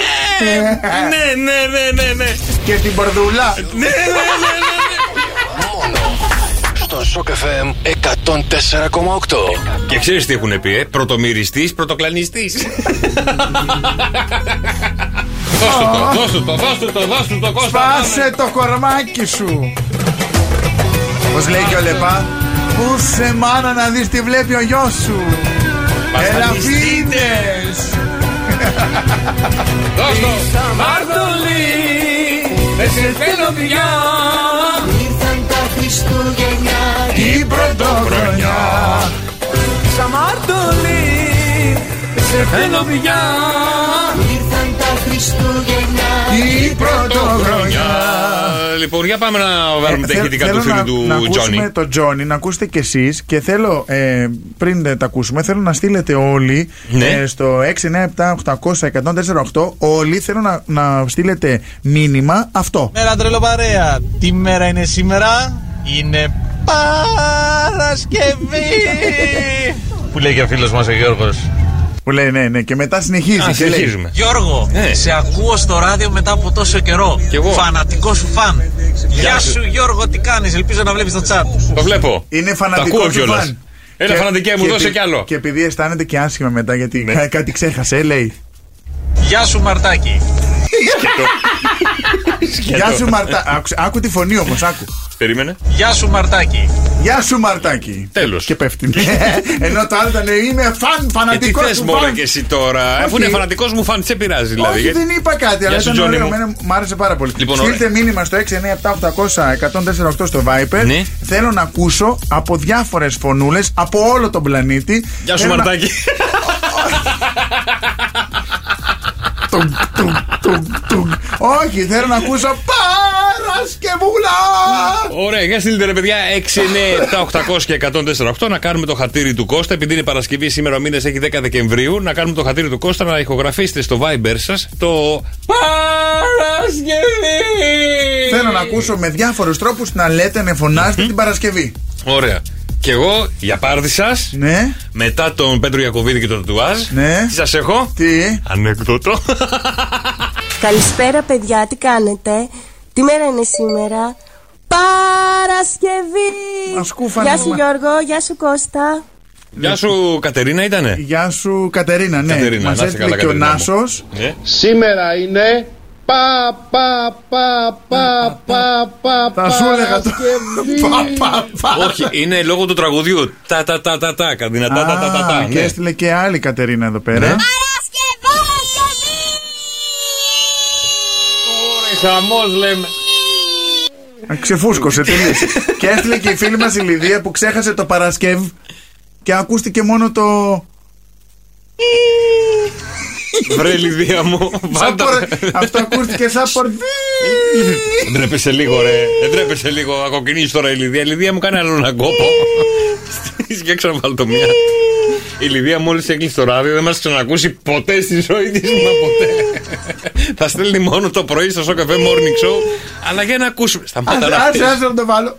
Ναι, ναι, ναι, ναι, ναι. και την πορδούλα. Ναι, ναι, ναι, ναι. Στον Σοκ FM 104,8. Και ξέρεις τι έχουν πει, ε? Πρωτομυριστής, πρωτοκλανιστής. δώσ' του το, δώσ' του το, δώσ' του το, δώσ' του το, Κώστα. Πάσε το κορμάκι σου. Πώς λέει και ο Λεπά. Πού σε μάνα να δεις τι βλέπει ο γιος σου. πάμε. Ελαφίνες. Δώσ' το. Μαρτωλή, δεν σε θέλω πια. Η πρωτοχρονιά. Σαν Μαρτωλή, δεν σε θέλω πια. Η πρωτοχρονιά. Λοιπόν, για πάμε να βάλουμε τα Θε- ηχητικά Ε, θέλω του φίλου να- να του ακούσουμε Τζόνι. τον Τζόνι, να ακούσετε κι εσείς. Και θέλω, ε, πριν ε, τα ακούσουμε, θέλω να στείλετε όλοι Ναι. ε, στο 697-800-1048. Όλοι θέλω να, να στείλετε μήνυμα αυτό. Μέρα τρελοπαρέα. Τι μέρα είναι σήμερα. Είναι Παρασκευή. Που λέει και ο φίλος μας ο Γιώργος. Που λέει ναι, ναι. Και μετά συνεχίζει. Α, και λέει, συνεχίζουμε. Γιώργο, Ε. σε ακούω στο ράδιο μετά από τόσο καιρό. Κι εγώ. Φανατικό σου φαν. Γεια σου Γιώργο, τι κάνεις. Ελπίζω να βλέπεις το τσάτ. Το βλέπω. Είναι Τα φανατικό. ακούω του κιόλας. φαν. Έλα, Και- φανατικέ μου, και δώσε επει- κι άλλο. Ναι. Και επειδή αισθάνεται και άσχημα μετά, γιατί κα- κάτι ξέχασε, λέει. Γεια σου Μαρτάκη. Γεια σου Μαρτάκη. Άκου, άκου τη φωνή όμως, άκου. Περίμενε. Γεια σου Μαρτάκη. Γεια σου Μαρτάκη. Τέλος. Και πέφτει. Ενώ το άλλο ήταν είμαι φαν, Ε, τι φανατικός. θες μόνο και εσύ τώρα. Αφού είναι φανατικός μου φαν, σε πειράζει δηλαδή. Όχι, Γιατί- δεν είπα κάτι, Γεια αλλά σου, ήταν Τζόνι ωραίο. μου. Εμένα Μ' άρεσε πάρα πολύ. Λοιπόν, Στείλτε ωραία. μήνυμα στο 697-800-1048 στο Viper. Ναι. Θέλω να ακούσω από διάφορες φωνούλες από όλο τον πλανήτη. Γεια σου, Θέλω να- Μαρτάκη. Τουμ, τουμ, τουμ, τουμ. Όχι, θέλω να ακούσω Παρασκευούλα! Ωραία, για στείλτε ρε παιδιά 6, 9, 7, 800 και 148 να κάνουμε το χατήρι του Κώστα. Επειδή είναι Παρασκευή, σήμερα ο μήνας έχει 10 Δεκεμβρίου. Να κάνουμε το χατήρι του Κώστα να ηχογραφήσετε στο Viber σας το Παρασκευή. Θέλω να ακούσω με διάφορους τρόπους να λέτε, να φωνάζετε την Παρασκευή. Ωραία. Και εγώ για πάρτι σας, Ναι, μετά τον Πέτρο Ιακοβίδη και τον Τουάζ, Ναι. τι σας έχω. τι. Ανεκδοτό. Καλησπέρα παιδιά, τι κάνετε, τι μέρα είναι σήμερα, Παρασκευή! Μας κούφανε, Γεια σου μα- Γιώργο, γεια σου Κώστα. Γεια σου, Κατερίνα ήτανε. Γεια σου Κατερίνα, ναι. Κατερίνα, Μας να είσαι καλά, έστειλε και ο Κατερίνα μου. Νάσος. Ε, Σήμερα είναι πα πα πα πα πα πα Θα σου έλεγα το. Παρασκευή. Πα, πα, πα. Όχι, είναι λόγω του τραγουδιού. Τα τα τα τα τα, Α, δυνατά τα τα τα Ναι. τα. Και ναι. έστειλε και άλλη Κατερίνα εδώ πέρα. Χαμός λέμε. Ξεφούσκωσε τελείω. και έστειλε και η φίλη μας η Λιδία που ξέχασε το Παρασκευ και ακούστηκε μόνο το. Βρε Λιδία μου. σαν Πάντα. πορ- Αυτό ακούστηκε σαν πορδί. Ντρέπεσαι λίγο, ρε. Δεν ντρέπεσαι λίγο. Ακοκινήσει τώρα η Λιδία. Η Λιδία μου κάνει άλλον κόπο. Στις και ξαναβάλω το μία. Η Λιδία μόλι έκλεισε το ράδιο, δεν μας ξανακούσει ποτέ στη ζωή της. Μα ποτέ. Θα στέλνει μόνο το πρωί στο Σοκαφέ Morning Show. Αλλά για να ακούσουμε. Σταμάτα Άσε, να άσε, πεις. άσε να το βάλω.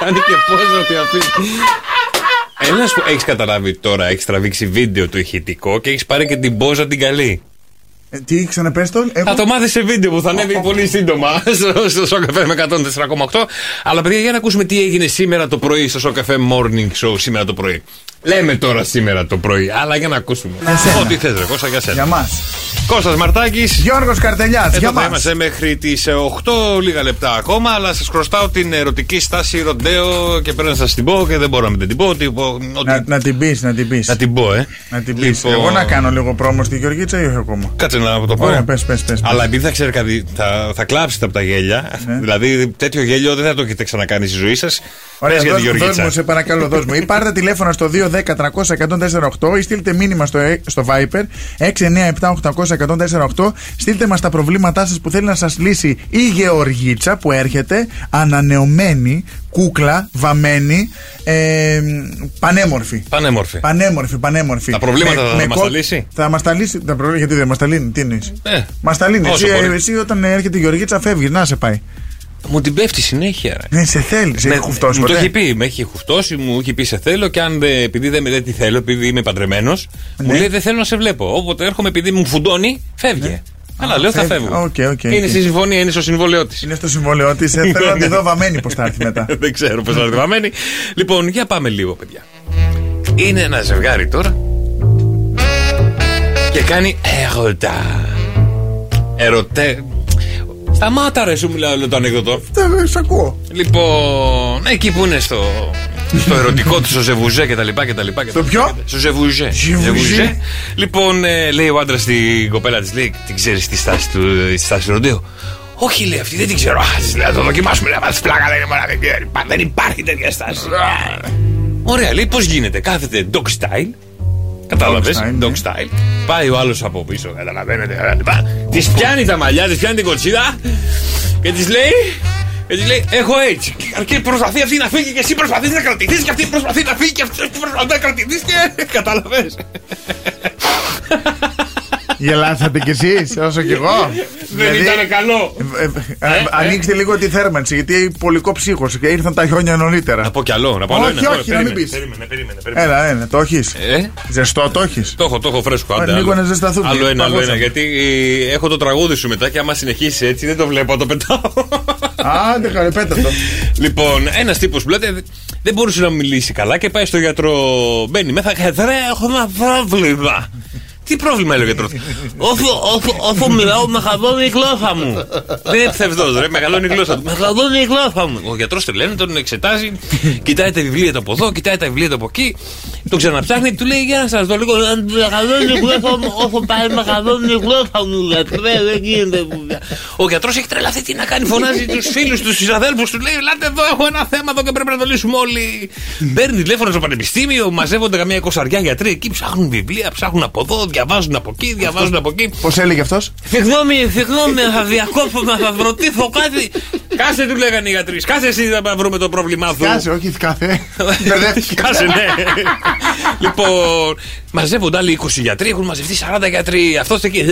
Κάνει και πώς να τη αφήνει. Έλα σου, έχεις καταλάβει τώρα, έχεις τραβήξει βίντεο του ηχητικό και έχεις πάρει και την πόζα την καλή. Ε, τι, ξαναπες το. Θα το μάθεις σε βίντεο που θα ανέβει πολύ σύντομα στο- στο Σοκαφέ με 104,8. Αλλά παιδιά, για να ακούσουμε τι έγινε σήμερα το πρωί στο Σοκαφέ Morning Show σήμερα το πρωί. Λέμε τώρα σήμερα το πρωί, αλλά για να ακούσουμε. Ό,τι θες ρε Κώστα, για σένα. Για μας. Κώστας Μαρτάκης. Γιώργος Καρτελιάς. Εδώ για θα μας. είμαστε μέχρι τις ε, 8 λίγα λεπτά ακόμα, αλλά σας χρωστάω την ερωτική στάση ροντέο και πρέπει να σας την πω και δεν μπορώ να μην την πω. ότι- ότι- Να, να την πεις, να την πεις. Να την πω, ε. Να την πεις. Λοιπόν- Εγώ να κάνω λίγο πρόμο στη Γεωργίτσα ή όχι ακόμα. Κάτσε να το πω. Ωραία, πες, πες, πες. Ναι. Αλλά επειδή θα ξέρει κάτι, θα, θα κλάψετε από τα γέλια. Δηλαδή, τέτοιο γέλιο δεν θα το έχετε ξανακάνει στη ζωή σας. Πες για τη δώσ' μου, δώσ' Γεωργίτσα. μου, σε παρακαλώ, δώσ' μου. Ή πάρτε τηλέφωνο στο 210-300-1048 ή στείλτε μήνυμα στο, ε, στο Viper 697-800-1048. Στείλτε μας τα προβλήματά σας που θέλει να σας λύσει η Γεωργίτσα που έρχεται ανανεωμένη, κούκλα, βαμμένη, ε, πανέμορφη. Πανέμορφη. Πανέμορφη, πανέμορφη. Τα προβλήματα θα μας τα κο- λύσει? Θα μας τα λύσει. Τα προβλήματα, γιατί δεν μας τα λύνει, τι εννοείς. Ε, Μας τα λύνει. όσο Εσύ, μπορεί. εσύ όταν έρχεται η Γεωργίτσα φεύγεις, να σε πάει. Μου την πέφτει συνέχεια. Ρε. Ναι, σε θέλει. Σε Με- έχει χουφτώσει μου το ποτέ. έχει πει, με έχει χουφτώσει, μου έχει πει σε θέλω και αν δεν- επειδή δεν με λέει τι θέλω, επειδή είμαι παντρεμένος, μου Ναι. λέει δεν θέλω να σε βλέπω. Όποτε έρχομαι επειδή μου φουντώνει, φεύγει. Αλλά Ναι. Α, λέω θα φεύγει. φεύγω. Οκ, οκ, είναι οκ. στη συμφωνία, είναι στο συμβόλαιό της. Είναι στο συμβόλαιό της. Θέλω να τη δω βαμμένη πώς θα έρθει μετά. δεν ξέρω πώς θα είναι βαμμένη. λοιπόν, για πάμε λίγο, παιδιά. Είναι ένα ζευγάρι τώρα και κάνει έρωτα. Ερωτέ. Σταμάτα ρε σου μιλάω λέω το ανέκδοτο. Ε, Σ' ακούω. Λοιπόν, εκεί που είναι στο, στο ερωτικό του, στο ζεβουζέ και τα λοιπά και τα λοιπά. και Στο τα λοιπά ποιο? και τα- Στο ζεβουζέ. Ζεβουζέ. Λοιπόν, ε, λέει ο άντρας στην κοπέλα της, λέει, την ξέρεις τη στάση του, ε, τη στάση του ροντέου. Όχι, λέει αυτή, δεν την ξέρω. Α, της λέω, θα το δοκιμάσουμε. Λέει, μας πλάκα, λέει, μωρά, δεν ξέρω. Πα, δεν υπάρχει τέτοια στάση. Ωραία, λέει, πώς γίνεται. Κάθεται dog style. Κατάλαβες. Dog style. ναι. Πάει ο άλλος από πίσω, καταλαβαίνετε. Τη πιάνει τα μαλλιά, τη πιάνει την κοτσίδα και τη λέει. Και τη λέει: Έχω έτσι. Και αρκεί- προσπαθεί αυτή να φύγει και εσύ προσπαθείς να κρατηθείς και αυτή προσπαθεί να φύγει και αυτή προσπαθεί να κρατηθείς και. Καταλαβέ. Γελάσατε κι εσείς, όσο κι εγώ. Δεν ήτανε καλό. Ε, ε, ε, Ανοίξτε λίγο τη θέρμανση, γιατί πολικό ψύχος και ήρθαν τα χιόνια νωρίτερα. Να πω κι άλλο, να Ε, πω άλλο Όχι, ένα. Ωραία, όχι, να μην περίμενε, πεις. περίμενε, περίμενε, περίμενε. Έλα, έλα, το έχεις. Ζεστό το έχεις. Το έχω, το έχω φρέσκο. Ωραία, Άντε, λίγο άλλο. να ζεσταθούμε. Άλλο ένα, άλλο ένα. Παγώσαμε. Γιατί ε, έχω το τραγούδι σου μετά και άμα συνεχίσει έτσι δεν το βλέπω, το πετάω. Άντε, καλέ, πέτα το. Λοιπόν, ένας τύπος που λέτε δεν μπορούσε να μιλήσει καλά και πάει στο γιατρό. Μπαίνει μέσα και λέει: Έχω ένα πρόβλημα. Τι πρόβλημα έλεγε ο γιατρός. Όσο, όσο, όσο μιλάω, μεγαλώνει η γλώσσα μου. Δεν είναι ψευδός, ρε, μεγαλώνει η γλώσσα του. Μεγαλώνει η γλώσσα μου. Ο γιατρός τρελαίνει, τον εξετάζει, κοιτάει τα βιβλία του από εδώ, κοιτάει τα βιβλία του από εκεί, τον ξαναψάχνει, του λέει: Για να σας δω λίγο. ε, Μεγαλώνει η γλώσσα μου, όσο πάει, μεγαλώνει η γλώσσα μου. Γιατρέ, ε, δεν γίνεται. δουλειά». Ο γιατρό έχει τρελαθεί, τι να κάνει, φωνάζει του φίλου, του συναδέλφου του, λέει: Ελάτε εδώ, έχω ένα θέμα εδώ και πρέπει να το λύσουμε όλοι. Παίρνει τηλέφωνο στο πανεπιστήμιο, μαζεύονται καμία εικοσαριά γιατροί εκεί, ψάχνουν βιβλία, ψάχνουν από εδώ, διαβάζουν από εκεί, διαβάζουν από εκεί. Πώ έλεγε αυτό. Συγγνώμη, συγγνώμη, θα διακόψω να σα ρωτήσω κάτι. Κάσε, του λέγανε οι γιατροί. Κάσε εσύ να βρούμε το πρόβλημά σου. Κάσε, όχι, κάθε. Κάσε, ναι. λοιπόν, μαζεύονται άλλοι 20 γιατροί, έχουν μαζευτεί 40 γιατροί. Αυτός εκεί.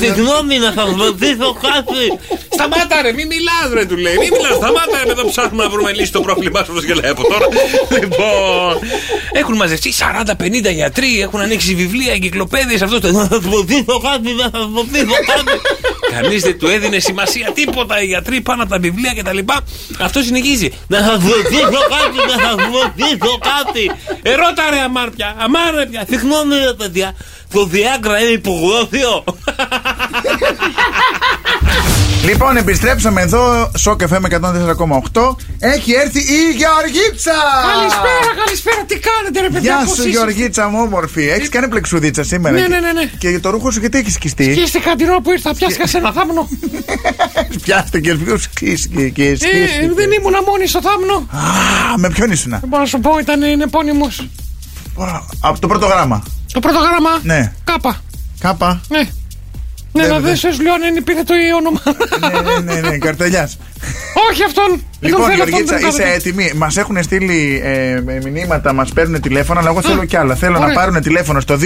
Συγγνώμη να σα ρωτήσω κάτι. Σταμάτα, ρε, μην μιλάς, ρε, του λέει. Μην μιλάς, σταμάτα, ρε, εδώ ψάχνουμε να βρούμε λύση στο πρόβλημά σου. Όπως γελάει από τώρα. λοιπόν, έχουν μαζευτεί 40-50 γιατροί, έχουν ανοίξει βιβλία, εγκυκλοπαίδειες. Αυτό το. Να σα ρωτήσω κάτι, να σα ρωτήσω κάτι. Κανείς δεν του έδινε σημασία τίποτα. Οι γιατροί πάνω από τα βιβλία κτλ. Αυτό συνεχίζει. Να σας ρωτήσω κάτι, να σας ρωτήσω κάτι. Ερώτα Ε, ρε αμάρπια, αμάρπια. Συγγνώμη ρε παιδιά, το διάγκρα είναι υπογλώσιο. Λοιπόν, επιστρέψαμε εδώ, Σοκ FM 104,8. Έχει έρθει η Γεωργίτσα! Καλησπέρα, καλησπέρα, τι κάνετε ρε παιδιά, Γεια πώς σου, είστε? Γεωργίτσα μου, όμορφη. Έχεις κάνει πλεξουδίτσα σήμερα. Ναι, ναι, ναι, ναι. Και το ρούχο σου γιατί έχεις Και σκιστεί. είστε καντινό που ήρθα, πιάστηκα σε ένα θάμνο. Πιάστηκε, ποιος σκίστηκε. Ε, δεν ήμουνα μόνη στο θάμνο. Α, με ποιον ήσουνα. Δεν μπορώ να σου πω, ήταν είναι επώνυμος. Από το πρώτο γράμμα. Το πρώτο γράμμα, Ναι. κάπα. Κάπα. Ναι. Ναι, να δεις, σου λέω αν είναι το ή όνομα. ναι, ναι, ναι, καρτελιάς. Όχι αυτόν. Δεν τον Λοιπόν, Ε, θέλω, αυτόν Γεωργίτσα, δεν τον είσαι κάνω. έτοιμη. Μας έχουν στείλει ε, ε, μηνύματα, μας παίρνουν τηλέφωνα, αλλά εγώ θέλω Α, κι άλλα. Θέλω να ωραία. πάρουν τηλέφωνο στο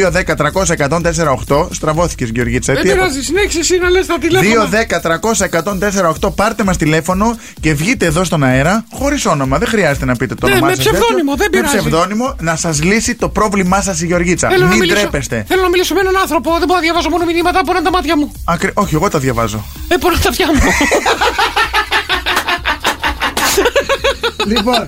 210-300-1048. Στραβώθηκες, Γεωργίτσα. Δεν τι έπα- πειράζει, συνέχισε εσύ να λε τα τηλέφωνα. 2-10-300-1048. Πάρτε μας τηλέφωνο και βγείτε εδώ στον αέρα χωρίς όνομα. Δεν χρειάζεται να πείτε το Ναι, όνομά με σας, ψευδόνυμο, τέτοιο. δεν Με πειράζει. ψευδόνυμο να σας λύσει το πρόβλημά σας η Γεωργίτσα. Θέλω να, Μην μιλήσω, τρέπεστε. θέλω να μιλήσω με έναν άνθρωπο. Δεν μπορώ να διαβάζω μόνο μηνύματα που είναι τα μάτια μου. Ακρι- Όχι, εγώ τα διαβάζω. Δεν μπορώ να τα φτιάχνω. λοιπόν,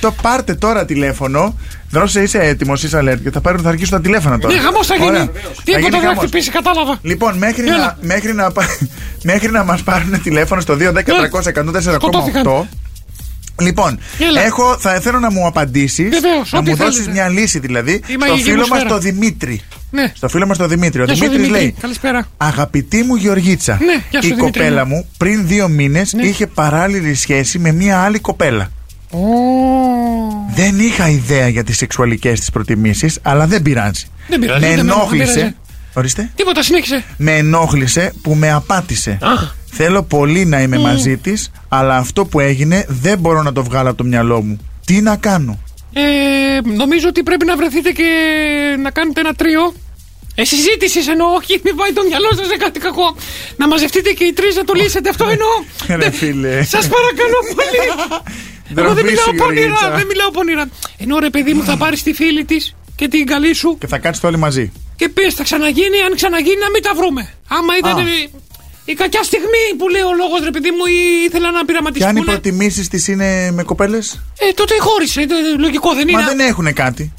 2-10-300-1048. Πάρτε τώρα τηλέφωνο. Δρώσε, είσαι έτοιμος, είσαι alert. Και θα, πάρουν, θα αρχίσουν τα τηλέφωνα τώρα. Ναι, χαμός θα Ωραία. γίνει. Τι Θα γίνει έχω να χαμός. χτυπήσει, κατάλαβα. Λοιπόν, μέχρι Έλα. να, μέχρι, να, πα- μέχρι να μας πάρουν τηλέφωνο στο Ναι. 210-300-1048 Σκοτώθηκαν. Λοιπόν, Έλα. έχω, θα θέλω να μου απαντήσεις Βεβαίως, Να ό,τι μου δώσεις θέλετε. μια λύση δηλαδή Η Στο μαγική φίλο μου μας σφαίρα. το Δημήτρη Ναι. Στο φίλο μας το Δημήτρη Ο Γεια σου, Δημήτρης Δημήτρη. λέει Καλησπέρα. Αγαπητή μου Γεωργίτσα Ναι, γεια σου, Η Δημήτρη κοπέλα μου. μου πριν δύο μήνες είχε παράλληλη σχέση με μια άλλη κοπέλα δεν είχα ιδέα για τις σεξουαλικές της προτιμήσεις, αλλά δεν πειράζει. Δεν πειράζει, με ούτε εμένα, δεν ενόχλησε. πειράζει. Ορίστε. Τίποτα, συνέχισε. Με ενόχλησε που με απάτησε. Θέλω πολύ να Ε. είμαι μαζί της, αλλά αυτό που έγινε δεν μπορώ να το βγάλω από το μυαλό μου. Τι να κάνω. Ε, νομίζω ότι πρέπει να βρεθείτε και να κάνετε ένα τρίο. Ε, συζήτησης εννοώ, όχι, μην πάει το μυαλό σας σε κάτι κακό. Να μαζευτείτε και οι τρεις να το λύσετε, αυτό εννοώ. Ρε φίλε. Σας παρακαλώ πολύ. Εγώ δεν Ντροπή μιλάω σου, Γεωργίτσα. πονηρά, δεν μιλάω πονηρά. Ενώ ρε παιδί μου θα πάρεις τη φίλη της και την καλή σου Και θα κάτσετε όλοι μαζί. και πει θα ξαναγίνει, αν ξαναγίνει να μην τα βρούμε. Άμα ήταν Α. ε, η κακιά στιγμή που λέει ο λόγος, ρε παιδί μου, ή ήθελα να Και αν οι πειραματιστούν. προτιμήσεις της είναι με κοπέλες. Ε, τότε χώρισε, ε, λογικό δεν Μα είναι. δεν έχουν κάτι.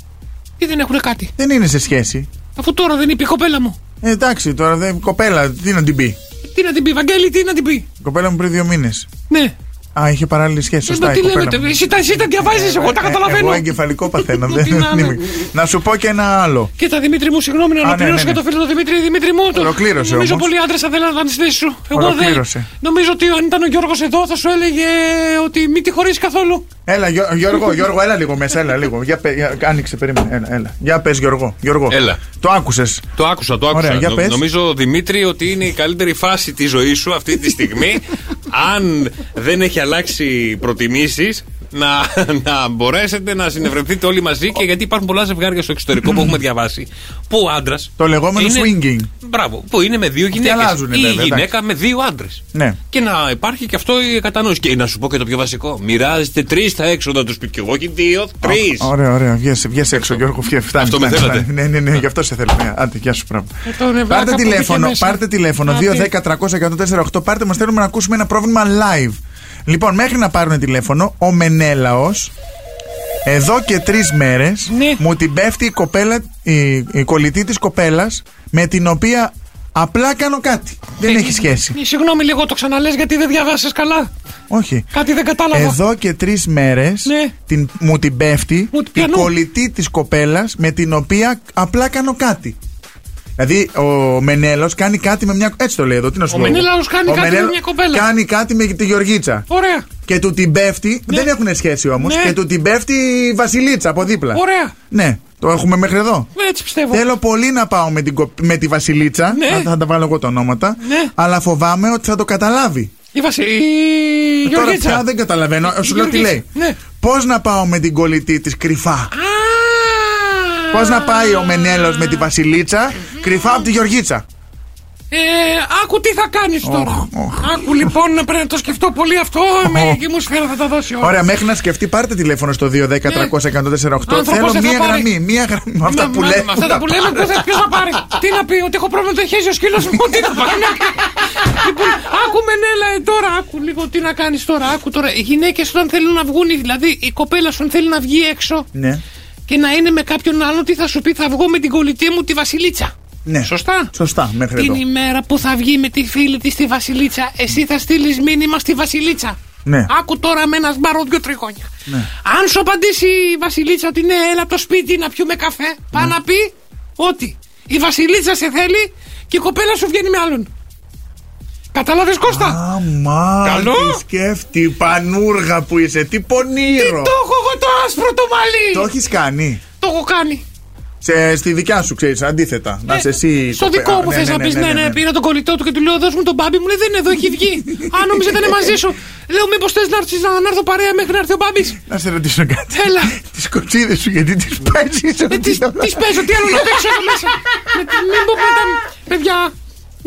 Ή δεν έχουν κάτι. Δεν είναι σε σχέση. Αφού τώρα δεν είπε η κοπέλα μου. Ε, εντάξει, τώρα δεν. Κοπέλα, τι να την πει. Τι να την πει, Βαγγέλη, τι να την πει. Η κοπέλα μου πριν δύο μήνες. Ναι. Α, είχε παράλληλη σχέση. Σωστά, Ε, Μα η τι κοπέλα λέμε, μου. Ε, τε- εσύ, τα- εσύ τα διαβάζεις, εγώ τα Εγώ καταλαβαίνω. εγκεφαλικό παθαίνω. Τι δεν, να είναι. να σου πω και ένα άλλο. Κοίτα, Δημήτρη μου, συγγνώμη να Α, ναι, ολοκληρώσω ναι, και ναι. το φίλο του Δημήτρη. Δημήτρη μου, το- Ολοκλήρωσε Νομίζω όμως. πολλοί άντρες θα θέλαν να ήταν στη θέση σου. Εγώ δεν. Ολοκλήρωσε. Νομίζω ότι αν ήταν ο Γιώργος εδώ θα σου έλεγε ότι μην τη χωρίσει καθόλου. Έλα, Γιώ- Γιώργο, Γιώργο, έλα λίγο μέσα, έλα λίγο. Για, πε- για- άνοιξε, περίμενε. Έλα, έλα. Για πες, Γιώργο. Γιώργο. Έλα. Το άκουσες. Το άκουσα, το άκουσα. Ωραία, για Νο- πες. Νομίζω, Δημήτρη, ότι είναι η καλύτερη φάση της ζωής σου αυτή τη στιγμή. αν δεν έχει αλλάξει προτιμήσεις, να, να μπορέσετε να συνευρεθείτε όλοι μαζί και γιατί υπάρχουν πολλά ζευγάρια στο εξωτερικό που έχουμε διαβάσει. Που ο άντρας. Το λεγόμενο swinging. Μπράβο, που είναι με δύο γυναίκες. αλλάζουνε, Ή η βέβαια, γυναίκα εντάξει. με δύο άντρες. Ναι. Και να υπάρχει και αυτό η κατανόηση. Και να σου πω και το πιο βασικό. Μοιράζεστε τρεις τα έξοδα τους σπιτιού. Εγώ και δύο, τρεις. Ωραία, ωραία. Βγες, βγες έξω, Γιώργο. Βγες, φτάνει. Αυτό με φτάνει, θέλατε. φτάνει. Ναι, ναι, ναι, γι' αυτό σε θέλω. Ναι, άντε, γεια σου, πράγμα. Πάρτε τηλέφωνο, πάρτε τηλέφωνο. 2-10-300-148. Πάρτε μας, θέλουμε να ακούσουμε ένα πρόβλημα live. Λοιπόν, μέχρι να πάρουν τηλέφωνο, ο Μενέλαος. Εδώ και τρεις μέρες μου την πέφτει η, κοπέλα, η, η κολλητή της κοπέλας με την οποία απλά κάνω κάτι. Δεν έχει σχέση. Ε, Συγγνώμη λίγο, το ξαναλέ γιατί δεν διαβάσει καλά. Όχι. Κάτι δεν κατάλαβα. Εδώ και τρεις μέρες Ναι. την, μου την πέφτει η πιανού. κολλητή της κοπέλας με την οποία απλά κάνω κάτι. Δηλαδή ο Μενέλος κάνει κάτι με μια. Έτσι το λέει εδώ, τι να σου Ο πω. εγώ. Μενέλαος κάνει Ο κάτι με Μενέλαος μια κοπέλα. Κάνει κάτι με τη Γεωργίτσα. Ωραία, Και του την πέφτει, δεν έχουν σχέση όμως, Ναι. και του την πέφτει η Βασιλίτσα από δίπλα. ωραία. Ε, Ναι, το έχουμε μέχρι εδώ. Έτσι πιστεύω. Θέλω πολύ να πάω με, την, κο- με τη Βασιλίτσα. Ναι. Θα, θα τα βάλω εγώ τα ονόματα. Ναι. Αλλά φοβάμαι ότι θα το καταλάβει. Η Βασι... η Ε, Τώρα Γεωργίτσα. πια δεν καταλαβαίνω. Σου λέω τι Γεωργίτσα. λέει. Ναι. Πώς να πάω με την κολλητή της κρυφά. Πώς να πάει ο Μενέλος με τη Βασιλίτσα κρυφά από τη Γεωργίτσα. Ε, άκου τι θα κάνεις τώρα. Άκου λοιπόν να πρέπει να το σκεφτώ πολύ αυτό. Η μαγική μου σφαίρα θα τα δώσει όλα. Ωραία, μέχρι να σκεφτεί, πάρτε τηλέφωνο στο 210-300-1048. Ναι. Άνθρωπος Θέλω δεν θα μία πάρει. γραμμή. Μία γραμμή. Αυτά που Μα- λέμε. μα- Αυτά τα που λέμε, ποιος θα- ποιος θα πάρει. Τι να πει, ότι έχω πρόβλημα το χέζι ο σκύλος μου, τι να πάρει. Λοιπόν, άκου με νέλα ε, τώρα, άκου λίγο τι να κάνεις τώρα. Άκου τώρα, οι γυναίκες όταν θέλουν να βγουν, δηλαδή η κοπέλα σου αν θέλει να βγει έξω Ναι. και να είναι με κάποιον άλλον, τι θα σου πει, θα βγω με την κολλητή μου τη Βασιλίτσα. ναι. Σωστά. Σωστά, μέχρι Την εδώ. ημέρα που θα βγει με τη φίλη της στη Βασιλίτσα, εσύ θα στείλεις μήνυμα στη Βασιλίτσα. Ναι. Άκου τώρα με ένα σμπάρο δυο τριγώνια. Ναι. Αν σου απαντήσει η Βασιλίτσα ότι ναι, έλα από το σπίτι να πιούμε καφέ, πά Ναι. να πει ότι η Βασιλίτσα σε θέλει και η κοπέλα σου βγαίνει με άλλον. Κατάλαβε Κώστα. Αμά, Καλό. τι σκέφτη, πανούργα που είσαι, τι πονήρο. Το έχω εγώ το άσπρο το μαλλί. Το έχεις κάνει. Το έχω κάνει. Σε, στη δικιά σου, ξέρεις, αντίθετα. να είσαι εσύ. Ε, Στο το πε- δικό α, μου θε να πεις, ναι, ναι, πήρα τον κολλητό του και του λέω: Δώσ' μου τον μπάμπι, μου λέει: Δεν είναι εδώ, έχει βγει. Α, νόμιζα ήταν μαζί σου. Λέω: Μήπως θες να έρθει να να έρθω παρέα μέχρι να έρθει ο μπάμπι. Να σε ρωτήσω κάτι. Έλα. Τις κοτσίδες σου, γιατί τις παίζεις, σε ρωτήσω. Τι Ε, παίζω, τι άλλο να παίξω εδώ μέσα. Με τη- Μην πω μετά, παιδιά.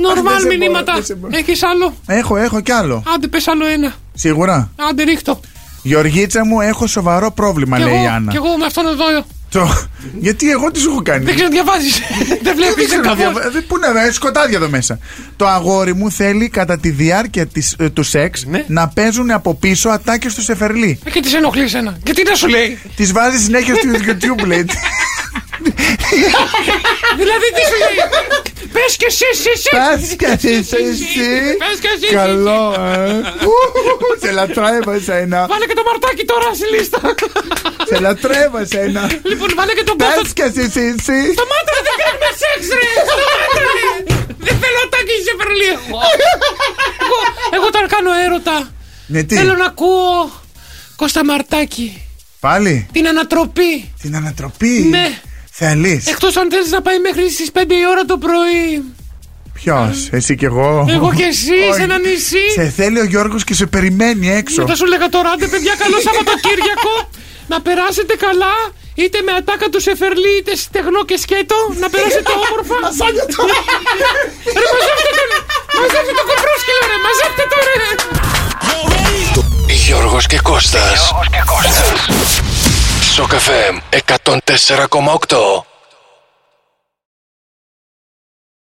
Νορμάλ δεν σε μπορώ, μηνύματα. δεν σε μπορώ. Έχεις άλλο. Έχω, έχω κι άλλο. Άντε, πες άλλο ένα. Σίγουρα. Άντε, ρίχτω. Γεωργίτσα μου, έχω σοβαρό πρόβλημα, Κι λέει η εγώ- Άννα. Κι εγώ με αυτόν εδώ. Το... Γιατί εγώ τι σου έχω κάνει. Δεν ξέρω να διαβάζεις. Δεν βλέπεις. ξέρω να διαβα- Δε- Πού να ρε, σκοτάδια εδώ μέσα. Το αγόρι μου θέλει κατά τη διάρκεια της, ε, του σεξ Ναι. να παίζουν από πίσω ατάκες του σεφερλί. Ε, Και τις ενοχλείς ένα. Και τι να σου λέει. Τη βάζει συνέχεια στο YouTube, λέει. Δηλαδή τι σου λέει. Πες και εσύ, εσύ, εσύ. Πας και εσύ. Πες και εσύ. Καλό, ε. Σε λατρεύω εσένα. Βάλε και το μαρτάκι τώρα στη λίστα. Σε λατρεύω εσένα. Λοιπόν, βάλε και τον κόστο. Πες και εσύ, εσύ, εσύ. Το μάτρα δεν κάνουμε σεξ, ρε. Σταμάτα, ρε. Δεν θέλω τάκι σε φερλί. Εγώ- Εγώ όταν κάνω έρωτα. Ναι, τι. Θέλω να ακούω Κώστα Μαρτάκη. Πάλι. Την ανατροπή. Την ανατροπή. Ναι. Θέλεις. Εκτός αν θέλεις να πάει μέχρι στις 5 η ώρα το πρωί. Ποιος, εσύ κι εγώ. ε, Εγώ και εσύ Όχι. σε ένα νησί. Σε θέλει ο Γιώργος και σε περιμένει έξω. Μετά σου λέγα τώρα, άντε παιδιά, καλό Σαββατοκύριακο. να περάσετε καλά, είτε με ατάκα του Σεφερλί, είτε στεγνό και σκέτο. Να περάσετε όμορφα. Ασάνια το. ρε, μαζεύτε το, ρε. μαζεύτε το κοπρόσκυλο, ρε, μαζεύτε το, ρε. Γιώργος και Κώστας. Σοκαφέ 104,8.